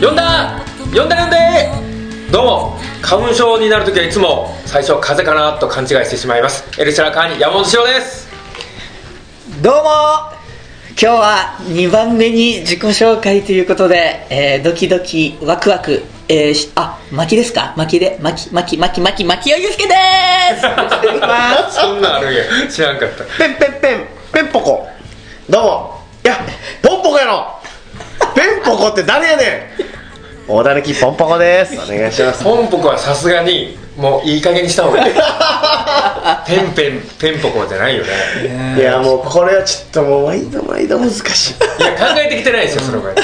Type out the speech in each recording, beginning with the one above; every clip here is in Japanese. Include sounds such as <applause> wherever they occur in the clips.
呼んだ呼んだ呼んでどうも花粉症になるときはいつも最初風邪かなと勘違いしてしまいますエルシャラカーニ山本翔ですどうも今日は2番目に自己紹介ということで、えードキドキワクワク、えーしあ巻きですか巻きで巻き巻き巻き巻き巻き尾ゆうすけでー <laughs> すいますそんなんあるんや知らんかったペンペンペンペンポコどうもいやポンポコやろペンポコって誰やねん大狸ポンポコですお願いしますポンポコはさすがにもういい加減にした方がいいペンペンペンポコじゃないよねいやもうこれはちょっともう毎度毎度難しいいや考えてきてないですよその場合本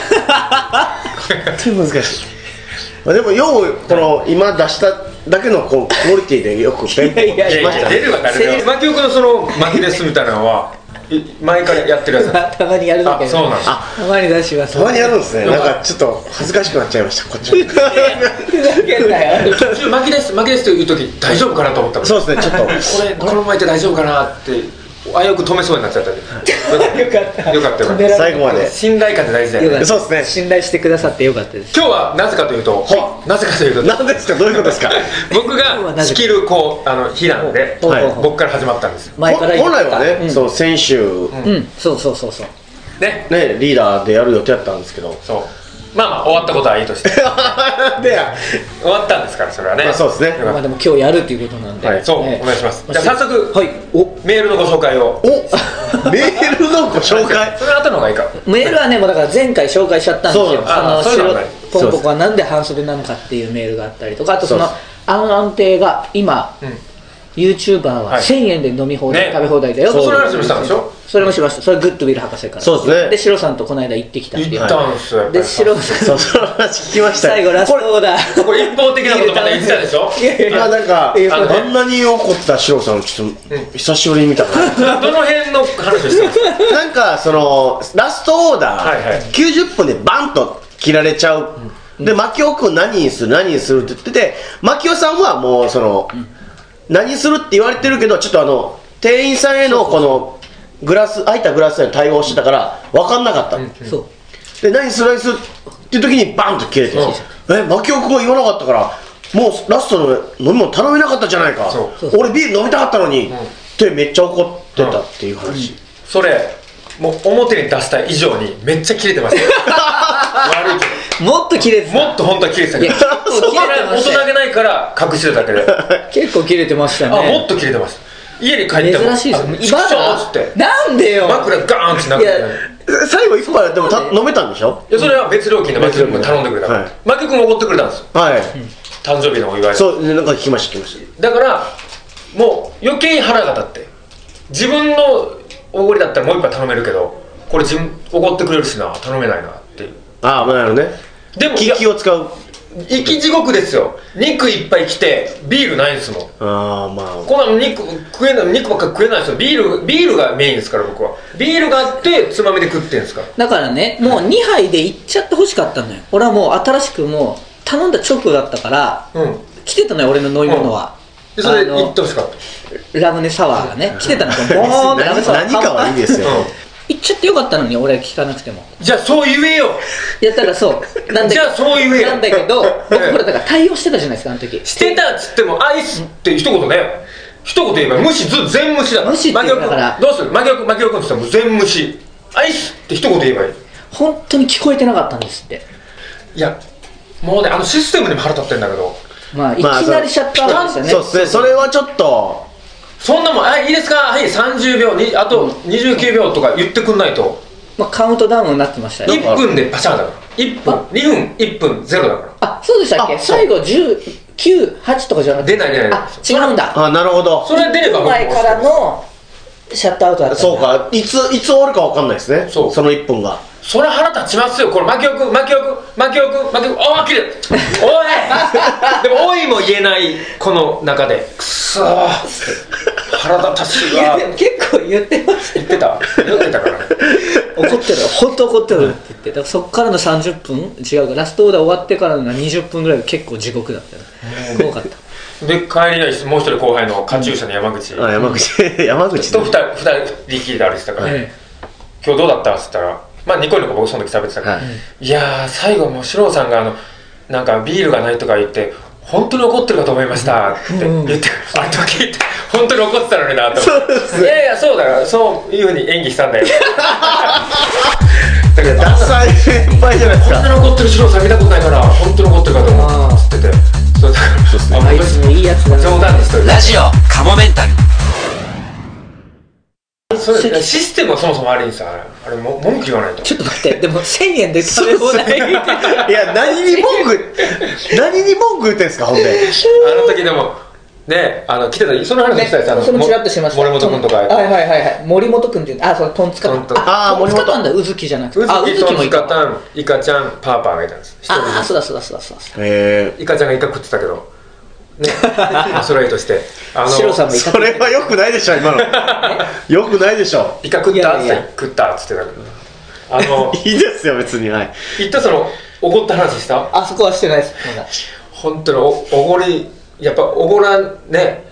当に難しいでもようこの今出しただけのこうクオリティでよくペンポコいやいやしまいしたや出ねるわなせるマキオ君のその巻きですみたいなのはい前からやってるやつなんでたまにやるすだけあ <laughs> そうなんですあたまに出しますたまにやるんですねなんかちょっと恥ずかしくなっちゃいましたこっち <laughs> もふざけんなよ途中巻きです巻きですという時大丈夫かなと思ったのそうですねちょっと俺このままいって大丈夫かなってあよく止めそうになっちゃったんでよよかったよかったよか止っめられたな最後まで信頼感って大事だよよかねったそうですね信頼してくださってよかったです今日はなぜかというとはなぜかというと何ですかどういうことですか僕今日はがなぜ仕か切るこうあの日なんでほうはいほうほう僕から始まったんです前から言本って来たはね、うんそう先週うんそうそうそうそうねね、リーダーでやる予定だったんですけ <laughs> どそうまあまあ終わったことはいいとして <laughs> でや終わったんですからそれはねまあそうですねまあでも今日やるっていうことなんではいそうねお願いしますじゃあ早速はいおメールのご紹介をおメールのご紹介それ後の方がいいかメールはねもうだから前回紹介しちゃったんですそうなよんですあそそういうののがない白ポンポコはなんで半袖なのかっていうメールがあったりとかあとそのそうであの安定が今、うん YouTuber ははい1000円で飲み放題、ね食べ放題だよそうとその話もしたんでしょそれもしましたそれはグッドウィル博士からそうですねでシロさんとこの間行ってきたんで行ったんすよやっぱでりシロさそんうその話聞きましたよ <laughs> 最後ラストオーダーこれ一方的なことまた言ってたでしょ <laughs> いやいやいあやなんかええあんなに怒ったシロさんちょっと、久しぶりに見た <laughs> などの辺の話をしてますなんかそのラストオーダー、はいはい90分でバンと切られちゃう、で牧尾君何にする何にするって言ってて牧尾さんはもうその、何するって言われてるけどちょっとあの店員さんへのこのグラス空いたグラスへの対応してたから分かんなかった、そうで何する何するっていう時にバンと切れて、うんえマキオ君は言わなかったからもうラストの飲み物頼めなかったじゃないかそうそうそう俺ビール飲みたかったのに、ってめっちゃ怒ってたっていう話、それもう表に出した以上にめっちゃ切れてま <laughs> した悪いけもっと切れてどもたっと本当は切れてたいけやど結構大切れて人ました大人よげないから隠してただけで結構切れてましたねあもっと切れてました家に帰っても珍しいですよあ今ちくしょうっつってなんでよ枕ガーンってなっいてやえ最後一杯でもた飲めたんでしょいやそれは別料金でマキ君が頼んでくれたはいマキ君も怒ってくれたんですよはい、誕生日のお祝いでそうなんか聞きました聞きましだからもう余計に腹が立って自分のおごりだったらもう一杯頼めるけどこれ自分怒ってくれるしな頼めないなっていうたああまあなるほどねでもい気や気を使う生き地獄ですよ肉いっぱい来てビールないんですもんああまあこんなの肉食えない肉ばっか食えないですよビールビールがメインですから僕はビールがあってつまみで食ってんですからだからねもう2杯で行っちゃってほしかったのよ俺はもう新しくもう頼んだ直後だったからうん来てたのよ俺の飲み物は、でそれあでの行ってほしかったラムネサワーがね来てたのよボーンってラムネ何サワー何かはいいですよ、うん行っちゃってよかったのに俺は聞かなくてもじゃあそう言えよいやだか <laughs> らそうなんだけどじゃあそう言えよなんだけどええ僕ほらだから対応してたじゃないですかあの時してたっつってもアイスって一言だよ一言言えば無視ず全無視だから無視って言う真逆からどうするマギオ君マギオ君って言ったらもう全無視アイスって一言言えばいい本当に聞こえてなかったんですっていやもうねあのシステムにも腹立ってんだけどまあいきまあなりシャットアウトそでうですよねすねそれはちょっとそんなもん、あいいですか、はい、30秒に、あと29秒とか言ってくんないと、まあ、カウントダウンになってましたよい1分でパシャンだから、1分、2分、1分、ゼロだから、あそうでしたっけあそう最後198とかじゃなくて出ない出ないあ違うんだあなるほどそれ出れば僕も前からのシャットアウトだったんだそうかいついつ終わるかわかんないですねそうその1分がそれ腹立ちますよ、これ、牧雄君、牧雄君、牧雄君、牧雄君、おー、きれい、お <laughs> い、でも、おいも言えない、この中で、くそー、腹立たしいいやわで、も <laughs> 結構言ってました言ってた、言ってたからね、怒ってる本当怒ってるって言ってだからそっからの30分違うかラストオーダー終わってからのが20分ぐらいが結構地獄だったよ怖かったで、帰りないし、もう一人後輩のカチューシャの山口、 <laughs> あ山口山口とね二人、二人きりで歩いてたから、え今日どうだったっつったらまあニコニコ僕その時食べてたから、はいい、やー最後もう四郎さんがあのなんかビールがないとか言って本当に怒ってるかと思いましたって言って、あの時って本当に怒ってたのになと思っていやいやそうだからそういうふうに演技したんだよだけどダサい先輩じゃないですこんかなに怒ってる四郎さん見たことないから本当に怒ってるかと思うっつっててそうだからそうですねあいつもいいやつだな冗談ですというラジオカモメンタルそうですねシステムはそもそもあれにさあれも文句言わないとちょっと待ってでも1000円で食べ放題いや何に文句何に文句言ってんすかほ <laughs> んであの時でもねあの来てたその話したやつあのそれもちらっとしました森本君とかはいはいはいはい森本君っていうあそのトンツカタントンツカタンあー森トン本ツカタンだうずきじゃなくうてあうずずききももいイたカタンイカちゃんパーパーがいたんです一人ああそうだそうだそうだそうだえイカちゃんがイカ食ってたけど <laughs> ねまあそれはいいとしてあシロさんーもイカそれはよくないでしょ <laughs> 今のよくないでしょイカ食っいやたっいやていや食ったっつってたけどあ <laughs> のいいですよ別にはい言ったその怒った話したあそこはしてないですまだ本当におおごりやっぱおごらんね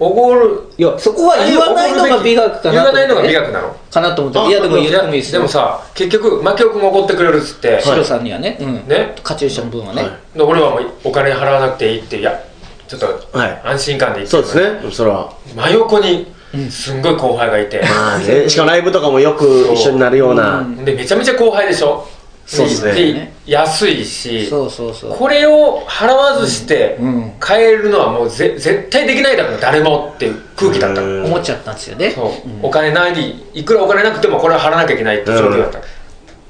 おごるいやそこは言わないのが美学かな言わと思ってないのが美学なのかなと思っていやでも言ってもいいですでよもさ結局マキオ君も怒ってくれるっつって、シロさんにはねうんねカチューシャの分はねで俺はもうお金払わなくていいっていやちょっとはい安心感でいってそうるですねそれは真横にすんごい後輩がいて、まあねしかもライブとかもよく一緒になるようなでめちゃめちゃ後輩でしょそうですね安いしそうそうそうこれを払わずしてうんうん変えるのはもうぜ絶対できないだろう誰もっていう空気だったのうん思っちゃったんですよねそう、お金ないいくらお金なくてもこれは払わなきゃいけないって状況だった、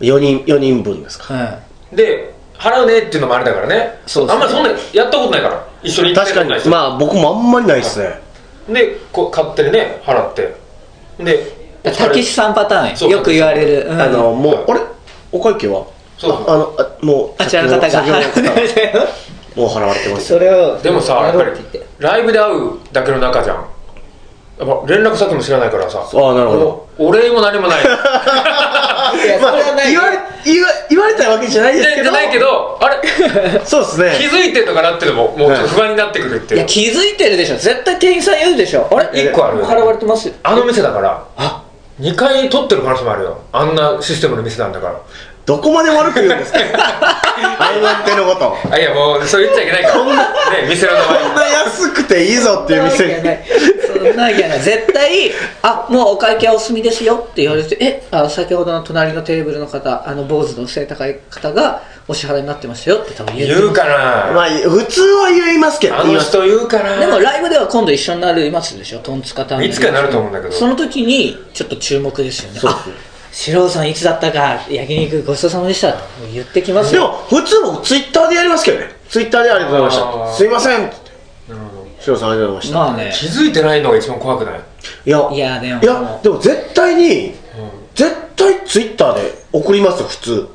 4人4人分ですかうんで払うねっていうのもあれだからねそうですねあんまりそんなやったことないから一緒に行ったこ確とかないにまあ僕もあんまりないですねでこう買ってるね払ってでだからたけしさんパターそンうよく言われるうんあのもうあれお会計はそうああのあもうあちらの方が先ほど先ほどの <laughs> 方もう払われてますよれをでもさやっぱりってライブで会うだけの中じゃんやっぱ連絡先も知らないからさああなるほどもうお礼も何もないいやまそれあはない言われ言わ言われたわけじゃないですでけじどゃないけどあれそうです気ねづいてんのかなっていうのももうはいちょっと不安になってくるっていいう、や気づいてるでしょ絶対店員さん言うでしょあれ一個あるよね払われてますよあの店だから2回取ってる可能性もあるよあんなシステムの店なんだからどこまで悪く言うんですか相手のことあいやもうそう言っちゃいけないからね店の名前こんな安くていいぞっていうそんなわけな店いそんなわけない絶対「あもうお会計はお済みですよ」って言われて「えあ先ほどの隣のテーブルの方あの坊主の背高い方がお支払いになってましたよ」って多分言う言うかな、まあ普通は言いますけどあ言いのます人言うかなでもライブでは今度一緒になりますでしょトンツカタンいつかなると思うんだけどその時にちょっと注目ですよねそうあ四郎さんいつだったか焼肉ごちそうさまでしたって言ってきますでよも普通もツイッターでやりますけどねツイッターでありがとうございまあーしたすいませんってシロさんありがとうございましまあね気づいてないのが一番怖くないたいやいやでもいやでも絶対に絶対ツイッターで送りますよ普通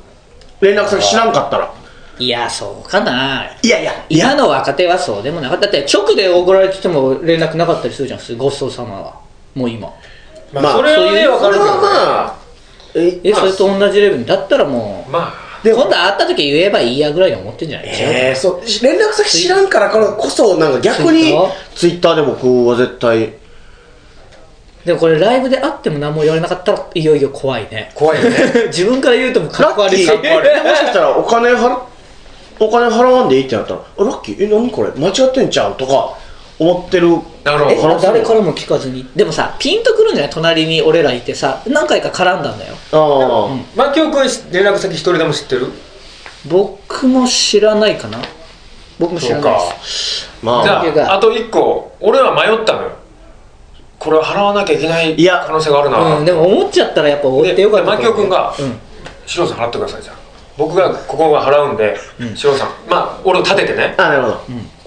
連絡先知らんかったらいやそうかないやいやい今の若手はそうでもなかっただって直で怒られてても連絡なかったりするじゃん普通ごちそうさまはもう今まあ、まあそれはね分かるけど、ね、ええまあそれと同じレベルだったらもうまあでも今度会った時言えばいいやぐらいに思ってんじゃないですか、えー、そう連絡先知らんからからこそなんか逆にツイッターで僕は絶対でもこれライブで会っても何も言われなかったらいよいよ怖いね怖いよ <laughs> ね自分から言うともかラっこ悪ッいキしーもしかしたらお金払お金払わんでいいってなったらあラッキーえ何これ間違ってんちゃうとか思ってるなるほどえ可能性も誰からも聞かずにでもさピンとくるんじゃない隣に俺らいてさ何回か絡んだんだよああ、マキオ君連絡先一人でも知ってる僕も知らないかな僕も知らないですまじあゃああと一個俺は迷ったのよこれは払わなきゃいけないいや可能性があるなうん、でも思っちゃったらやっぱ追ってよかったででマキオ君がうんシロさん払ってくださいじゃん僕がここは払うんで、シロさんまあ俺を立ててねあなるほど、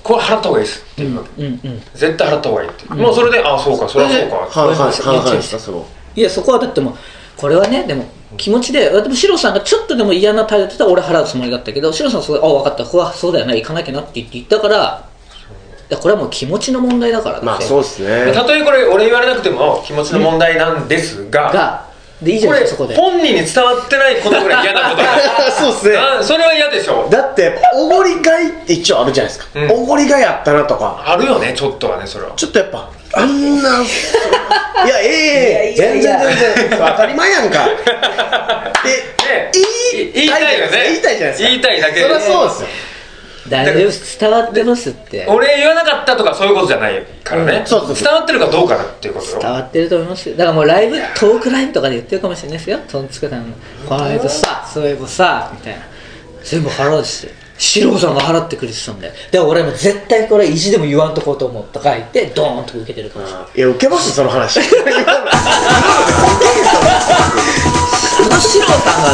これ払った方がいいですっていうわけ、うんうん絶対払った方がいいって、もうそれでああそうかそれはそうか半々半々ですいや違う違かうそのいやそこはだってもうこれはねでも気持ちででもシロさんがちょっとでも嫌な態度だったら俺払うつもりだったけどシロさんはそれあ分かったここはそうだよな行かなきゃなって言って言ったからいやこれはもう気持ちの問題だからまあそううですでねたとえこれ俺言われなくても気持ちの問題なんですが、がでいいじゃこないれそこで本人に伝わってないことぐらい嫌なこと <laughs> だそうですねあそれは嫌でしょだっておごりがいって一応あるじゃないですか、うんおごりがいあったなとかあるよねちょっとはねそれはちょっとやっぱあ <laughs> んないやええいやいや全いや <laughs> 然全然当たり前やんかね言い言いたいよね言いたいじゃないですか言いたいだけそりゃそうですよ大丈夫です伝わってますって俺言わなかったとかそういうことじゃないからね、んそうそう伝わってるかどうかなっていうことよ伝わってると思いますよだからもうライブトークライブとかで言ってるかもしれないですよトンツクさんのこの間さそういえばさみたいな全部払うですよ四郎さんが払ってくれてたんでで俺も絶対これ意地でも言わんとこうと思うとか言ってドーンと受けてるかもしれないいや受けますよそ <laughs> の話あの四郎さんが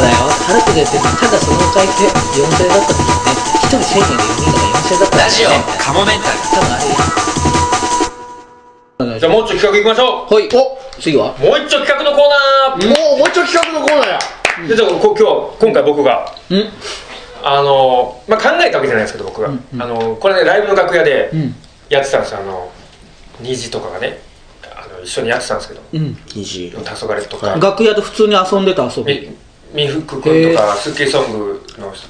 だよ払ってくれてただその会計4000円だった時にね一人1000円で4人だから4000円だったんだよねカモメンタル多分あれじゃあもうちょい企画いきましょはいお次はうもう一丁企画のコーナー、もうもうちょい企画のコーナーやでじゃあこ今日今回僕がうんあのまあ、考えたわけじゃないですけど僕が、うんうんあのこれねライブの楽屋でうんやってたんですよあの2時とかがねあの一緒にやってたんですけどうん虹「黄昏」とか楽屋で普通に遊んでた遊びみみふく君とか「スッキリソング」の人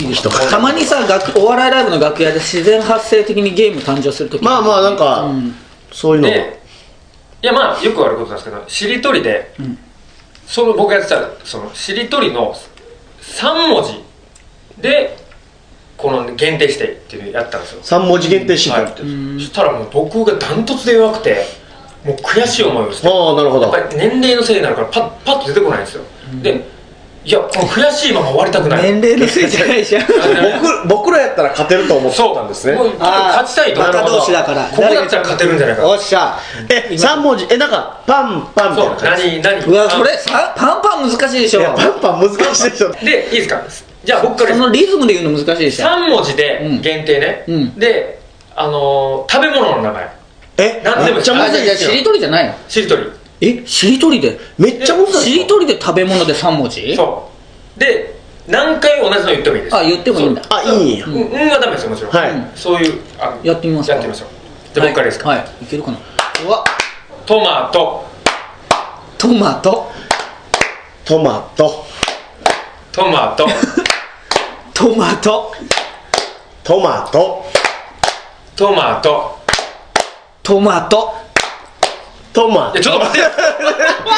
いいですたまにさ楽お笑いライブの楽屋で自然発生的にゲーム誕生するときまあまあなんか、うんそういうのもでいやまあよくあることなんですけどしりとりで、んその僕がやってたそのしりとりの3文字でこの限定してっていうのやったんですよ三文字限定シーはトいやってるそしたらもう僕がダントツで弱くてもう悔しい思いをしてああなるほやっどぱり年齢のせいになるからパッパッと出てこないんですよ、でいやこの悔しいまま終わりたくない年齢のせいじゃないじゃん僕僕らやったら勝てると思ってそうたんですねもう勝ちたいとあーなるほど仲同士だからここだったら勝てるんじゃないかおっしゃえ三文字えなんかパンパンみたいそうな感じ何何うわこれさパンパン難しいでしょいやパンパン難しいでしょでいいですかじゃあ僕からそのリズムで言うの難しいでしょ3文字で限定ね、うんであのー食べ物の名前え何でもめっちゃあむじずゃあじゃいであすよしりとりじゃないのしりとりえしりとりでめっちゃむずいしりとりで食べ物で3文字そうで何回同じの言ってもいいですあ言ってもいいんだそうあいいんやうん、うんはダメですよもちろん、はいうんそういうあやってみますかやってみましょうじゃあ僕からいいですか、はいはいいけるかなうわトマトトマトトマトトマトトマトトマトトマトトマトトマいトやちょっと待って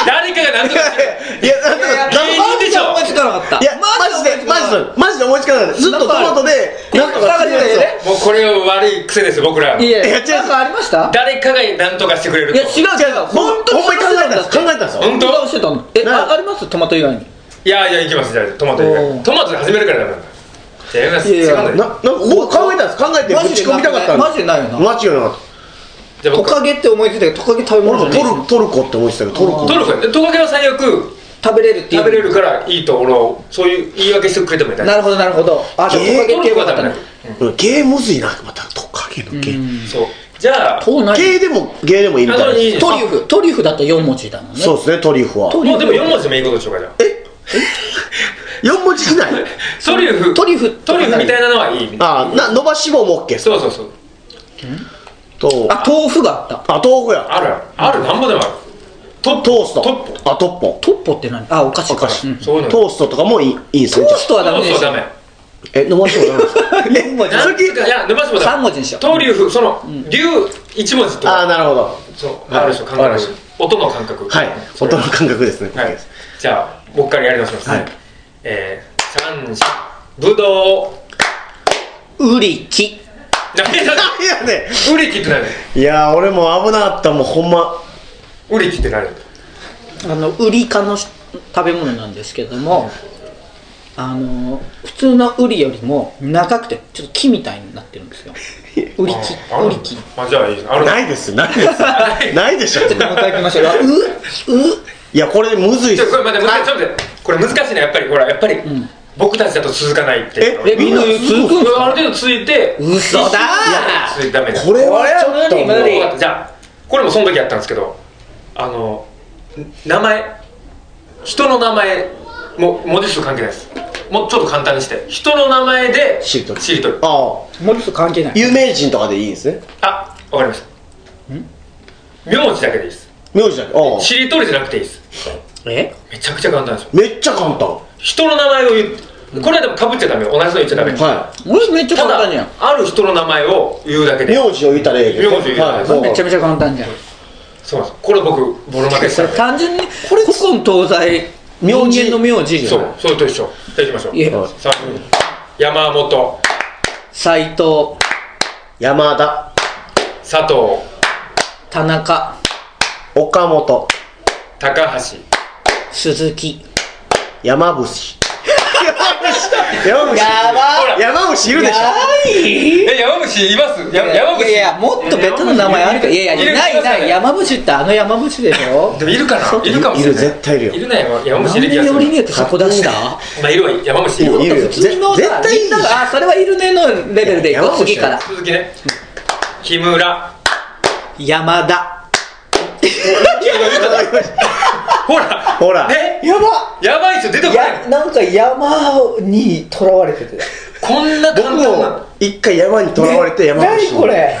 誰かが何とか <laughs> いやなんといやかいやなんいいでしょマジで思いつかなかったいやマジでマジでマジで思いつかなかったずっとトマトでなんとかするんですよもうこれは悪い癖ですよ僕らいやいいやや違うなんかありました誰かが何とかしてくれるいとや違う違う本当にほんまに考えたんです考えたんですよ本当当してたのえなあありますトマト以外にいやいやいきますじゃあトマト以お外ートマトで始めるからダメなんだじゃあやめますいやいや違うなんだよなんか僕考えたんです考えてぶち込みたかったんマジでないよな間違いなかっじゃあト僕カゲって思いついたけどトカゲ食べた物俺もじゃないトルトルコって思ってたけどトルコトルコやトカゲは最悪食べれるっていう食べれるからいいと俺はそういう言い訳してくれてもいいなるほどなるほどあじゃあえートカゲトっルてよコかはっダたメねだうんゲーむずいなまたトカゲのゲーそうじゃあトウ何ゲーでもゲーでもいいみたいあなでもいいトリュフトリュフだと4文字だもんねそうですねトリュフはトリュもうフでも4文字でもいいことでしょうかじゃあえ四文字以内トリュフトリュフトリュフみたいなのはいいあな伸ばし棒も OK ですそうそうそうとあ豆腐があったあ豆腐やあるあるなんぼでもあるトトーストトッあトッポトッポって何あお菓子だかかららそうういんうトのトーストとかもいいいいんですよーストはダメでそうしダょメえ伸ばし棒なんです <laughs> か4文字なんとかいや沼島だ三文字にしようトリュフその竜一文字とああなるほどそうはいあるでしょ感わかりま覚し音の感覚はいそれ音の感覚ですねはいじゃあ僕からやり直しますはいえー三者ぶどうウリキ何だ <laughs> いやねウリキって何いやー俺も危なかったもうほんまウリキって何あのウリ科のし食べ物なんですけどもあの普通のウリよりも長くてちょっと木みたいになってるんです <laughs> よウリキあウるリキあじゃあいいですあるないですないですないでしょもう一回行きましょううういやこれむずいっちすょこれ待って待ってちょっと待ってこれ難しいねやっぱりほらやっぱりん僕たちだと続かないっていうのえみんな続くんすあかる程度続いて嘘だー続いてダメですこれはちょっことれは無理無理わかったじゃあこれもその時やったんですけどあの名前人の名前も文字数関係ないですもうちょっと簡単にして人の名前でしりとりしりとりああもうちょっと関係ない有名人とかでいいんですねあわかりました名字だけでいいです名字だけああしりとりじゃなくていいですえめちゃくちゃ簡単ですよめっちゃ簡単人の名前を言うこれはでもかぶっちゃダメよ同じの言っちゃダメ、は俺めっちゃた簡単じゃだんある人の名前を言うだけいで名字を言ったらええけど名字を言うたらええはいもうめちゃめちゃ簡単じゃんそうなんですこれ僕ボロ負けしたそれんで単純にこれ古今東西人間の名字そうそれと一緒じゃあいきましょういえはいさあ山本斎藤山田佐藤田中岡本高橋鈴木山伏山伏ばほら山伏いるでしょいえ山口いますや山口いやいやもっとベタな名前あるからいやいやいないいない山伏ってあの山伏でしょ <laughs> でもいるかないるかもしいれるない絶対いるよいるな山山なん口いでる気がすよりにるよってそこ出したまあいるわ山口いるわいる普通のぜさ絶対いいみんながあそれはいるねのレベルでいこ山う伏次から続きね木村山田ほらほらねやばやばいっすよ出てこないやなんか山にとらわれててこんな僕簡単なも一回山にとらわれて山伏何これ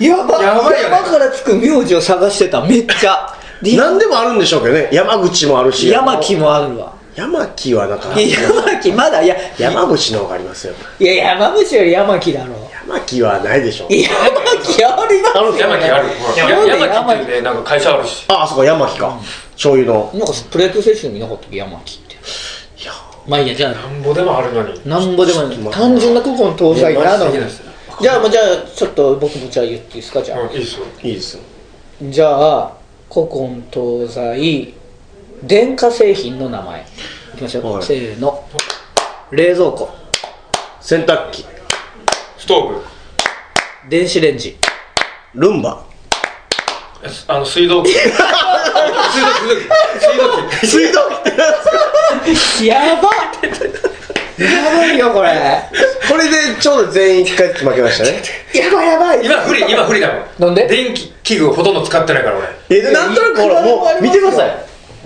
やばやばいよね山からつく名字を探してためっちゃで何でもあるんでしょうけどね山口もあるし山木もあるわ山木はなんかいや山木まだいや山口の方がありますよいや山口より山木だろ山木はないでしょいや山木ありますよ、ね、山木あるほらなんで山木っ山てねなんか会社あるしああそこ山木か醤油の木なんかプロ野球選手にもいなかったっけ山木っていやまあいいやじゃなあんぼでもあるのになんぼでもいちょっいと待って単純な古今東西なのいじやゃあもうじゃあちょっと僕もじゃあ言っていいですかじゃあ、うんいいっすよいいですよじゃあ古今東西電化製品の名前いきましょう、はいせーの冷蔵庫洗濯機ストーブ電子レンジルンバえあの水 <laughs> 道器水道器水道器水道機ってなんですかやばやばいよこれこれでちょうど全員一回負けましたねやばいやばい今不利今不利だもんなんで電気器具ほとんど使ってないから俺えでなんとなくほらもう見てください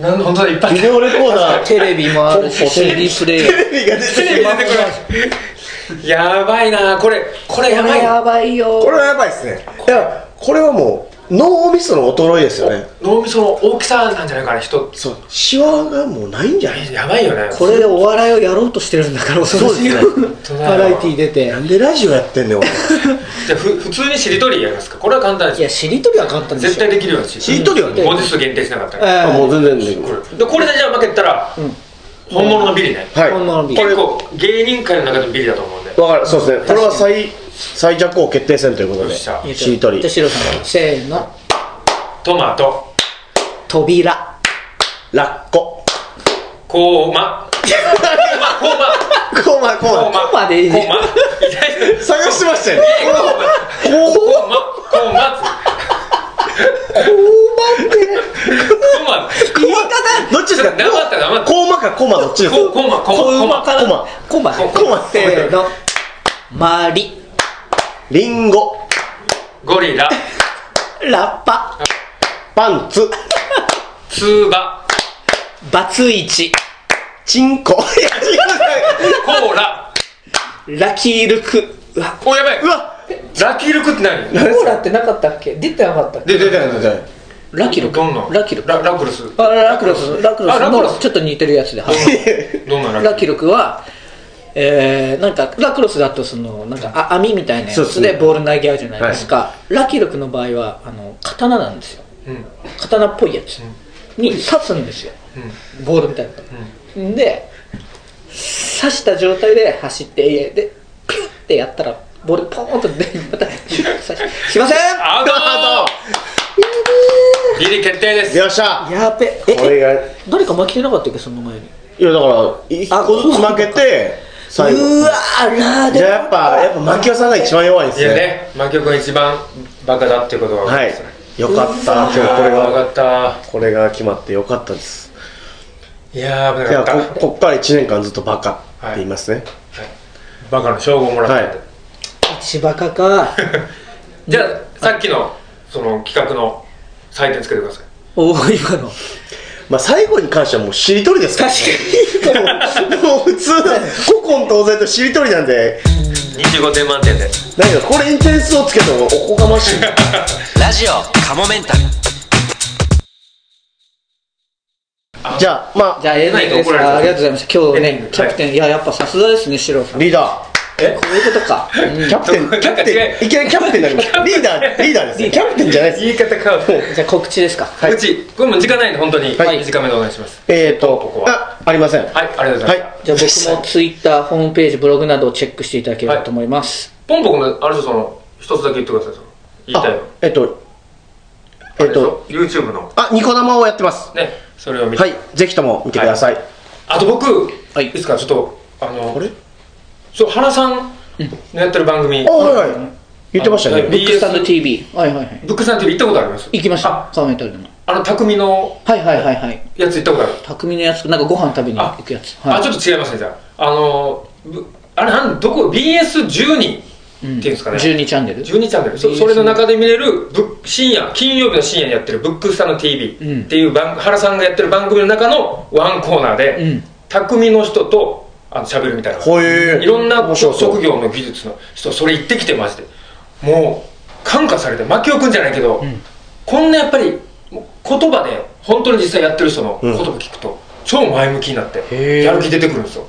なん本当だいっぱいビデオレコーダーテレビもあるし CD プレイヤーテレビが出テてレくビる出てこない <laughs> やばいなこれこれやばいやばいよこれはやばいですねいやこれはもう脳みその衰えですよね脳みその大きさなんじゃないかな人そうシワがもうないんじゃないやばいよねこれでお笑いをやろうとしてるんだから恐ろしいよそうですねバラエティー出てなんでラジオやってんねん俺じゃあふ普通にしりとりやりますかこれは簡単いでやすしりとりは簡単で絶しょ対できるようにししりとりはね文字数限定しなかったらえ <laughs> あえもう全然できこるれでこれでじゃあ負けたら、本物のビリね、はい本物のビリ結構芸人界の中でもビリだと思うんでよわかるそうですねこれは最最弱王決定戦ということっでしゃ言うしりとりじゃあシロさんせーのトマト扉ラッココーマコーマこうまこうコーマまコーマでいいコーマ痛いよ探してましたよねこコーマコーマコーマってうまどっちですか黙った黙ったこうまかこうまどっちですかコーマコーマコーマコーマこうまコマコマコマせーのマリリンゴゴリララッパパンツツババツイチチンコいや違うコーララキールクうわおやばいうわラッキールクって何何ですかってなかったっけ出てなかったっ出て出て出てラキルクどんなラキルクララクロスあラクロスラクロスあラクロのスちょっと似てるやつではいどんなララッキキルクは、えー、なんかラクロスだとそのなんかあ網みたいなやつそうですでねボール投げ合うじゃないですか、ラキルクの場合はあの刀なんですよーうん刀っぽいやつに刺すんですよボールみたいなの、で刺した状態で走って家でピュッてやったらボールポーンと出てまた <laughs> シュッて刺してすいませんアウトビリ決定ですよっしゃやーべえこれえが誰か負けてなかったっけその前にいやだから一個ずつ負けて最後うわーラーじでゃあやっぱやっぱマキオさんが一番弱いんでいすやねね真木君が一番バカだってことが分かはりいましたねよかった今日あこれー分がかったこれが決まってよかったですいやー危いなやかったここっから1年間ずっとバカって言いますねバカの称号もらったんで、は一バカかじゃあさっきのその企画の採点つけてください <laughs> おお今のまあ最後に関してはもうしりとりですから <laughs> 確かに <laughs> もう普通古今東西としりとりなんで25点満点でだけどこれに点数をつけてもおこがまし <laughs> いラジオカモメンタルじゃあまじゃあええないですないと怒られるあありがとうございました今日えねキャプテン、い、ややっぱさすがですねシロさんあリーダえこういうことか。キャプテン、キャプテ違うン、いきなりキャプテンになりました。リーダー、リーダーですね。キャプテンじゃないです。言い方変わるじゃあ告知ですか。はいうちこれもう時間ないんで本当にはい短めでお願いしますえっことこ、はあ、ありません。ははいありがとうございましじゃあ僕もツイッター、ホームページ、ブログなどをチェックしていただければと思います。たポンポコのあれでしょその一つだけ言ってくださいその言いたいのあえっと、えっえっとと、 YouTube のあ、ニコ生をやってます。ねそれを見て、はい、ぜひとも見てください。あと僕、はいい、いですかちょっとあのあれそう原さんのやってる番組、あ、はいはい。言ってましたはいね。ブックスタンド TV。はいはいはい。ブックさんって行ったことあります行きましあた。川メタルでも。あの匠のはいはいはいはい。やつ行ったことある匠のやつ、なんかご飯食べに行くやつ。はい、あちょっと違いますねじゃああのぶあれなんどこ BS12 っていうんですかね、 12チャンネル。 12チャンネルそ BS それの中で見れるぶ深夜金曜日の深夜にやってる「ブックスタの TV」うんっていう番、原さんがやってる番組の中のワンコーナーで、うん匠の人とあの喋るみたいなほえ <laughs> ー。いろんな面白そう職業の技術の人それ行ってきてましてもう感化されて牧くんじゃないけど、こんなやっぱりもう言葉で本当に実際やってる人の言葉聞くと、超前向きになってへーやる気出てくるんですよ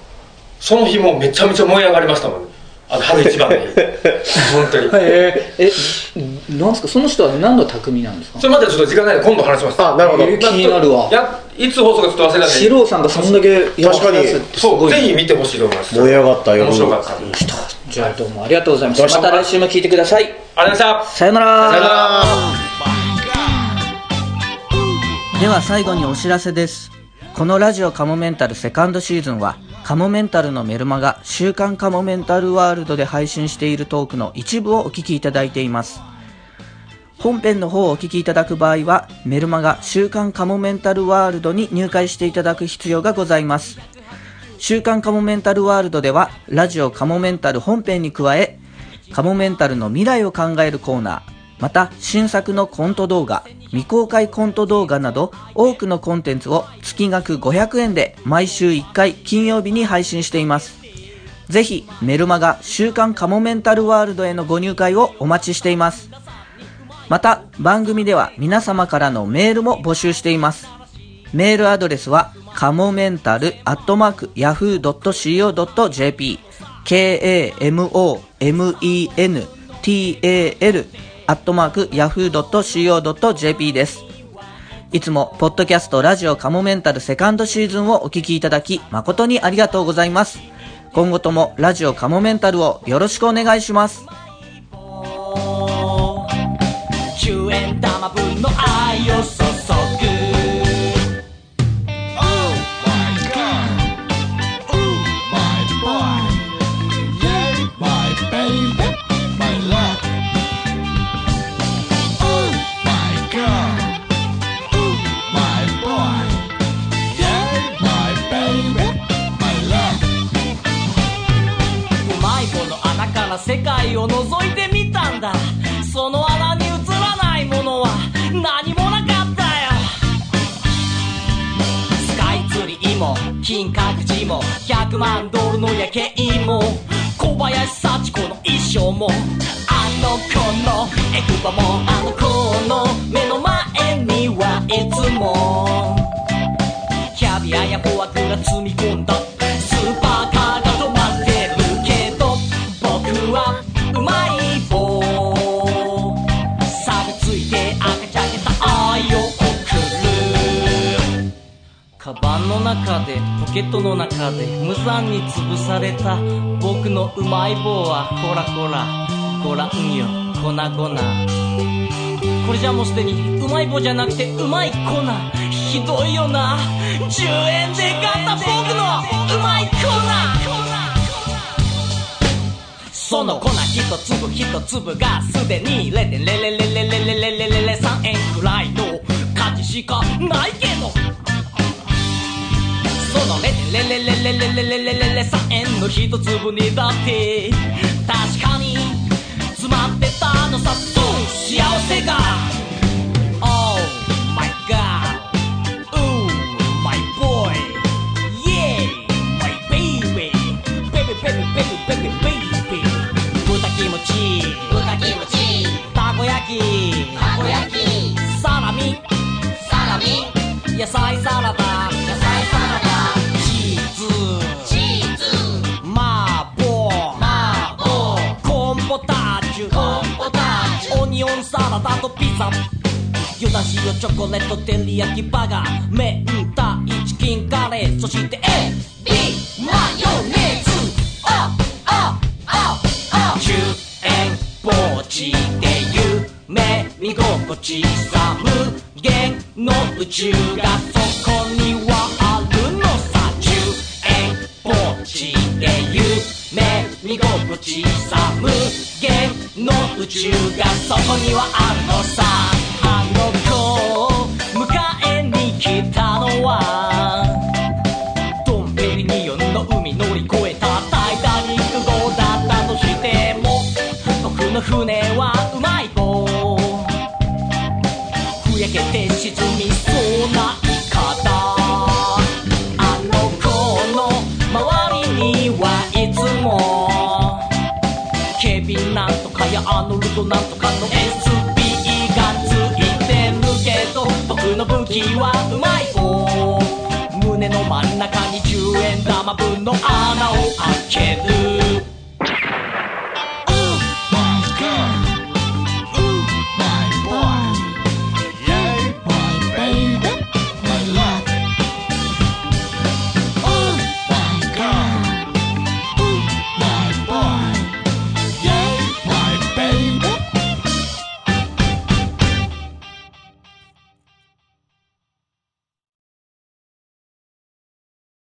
その日もうめちゃめちゃ燃え上がりましたもんねあの春一番の日 <laughs> 本当に、えー、え、なんですか、その人は何の匠なんですかそれまでちょっと時間ないので今度話しますあ、なるほど。えー気になるわやいつ放送かちょっと忘れたん四で郎さんがそんだけや確かにってすそごういぜねひ見てほしいと思います燃え上がった夜面白かったありがとうじゃあどうもありがとうございましどたうしまたた来週も聞いてくださいございましたさよならさよならでは最後にお知らせです。このラジオカモメンタルセカンドシーズンは、カモメンタルのメルマが週刊カモメンタルワールドで配信しているトークの一部をお聞きいただいています。本編の方をお聞きいただく場合は、メルマが週刊カモメンタルワールドに入会していただく必要がございます。週刊カモメンタルワールドでは、ラジオカモメンタル本編に加え、カモメンタルの未来を考えるコーナー、また新作のコント動画、未公開コント動画など多くのコンテンツを月額500円で毎週1回金曜日に配信しています。ぜひメルマガ週刊カモメンタルワールドへのご入会をお待ちしています。また番組では皆様からのメールも募集しています。メールアドレスは、かもメンタルアットマーク、ヤフー .co.jp、k-a-m-o-m-e-n-t-a-l アットマーク、ヤフー .co.jp です。いつも、ポッドキャストラジオカモメンタルセカンドシーズンをお聞きいただき、誠にありがとうございます。今後とも、ラジオカモメンタルをよろしくお願いします。 10円玉分の愛を注ぐ Oh my god. Ooh, my boy. Yeah, my baby, my love. Oh my god. Ooh, my boy. Yeah, my baby, my love. うまい子の穴から世界を覗いてみたんだその穴に映らないものは何もなかったよスカイツリーも金閣寺も100万ドルの夜景も小林幸子の衣装もあの子のエクバもあの子の目の前にはいつもキャビアやフォアグラ積み込んだスーパーカーが止まってるけど僕はうまい棒錆びついて赤ちゃけた愛を送るカバンの中でポケットの中で無残に潰された僕のうまい棒はこらこらご覧よ粉々これじゃもうすでにうまい棒じゃなくてうまい粉ひどいよな10円で買った僕のうまい粉その粉一粒一粒がすでに0.00003円くらいの価値しかないけどそのレレレレレレレレレレレ3円の一粒にだって確かに詰まってたのさそう幸せが Oh my god Ooh my boy Yeah my baby Baby baby baby baby baby 豚キムチ豚キムチたこ焼きたこ焼きサラミサラミ野菜サラダ野菜サラダチーズチーズ麻婆麻ンポタージュオニオンサラダとピザユダ塩チョコレート照り焼きバーガー明太チキンカレーそして A B マヨネーズオオオ10円ポーチで夢見心地さ無限の宇宙がそこにはあるのさ10円ポーチで夢見心地さ無限の宇宙がそこにはあるのさあの子を迎えに来たのはドンペリニオンの海乗り越えたタイタニック号だったとしても僕の船はうまい棒ふやけて沈みそうなイカだあの子の周りにはいつも警備なんとかやアーノルドなんとかの SB がついてるけど僕の武器はうまい棒胸の真ん中に10円玉分の穴を開ける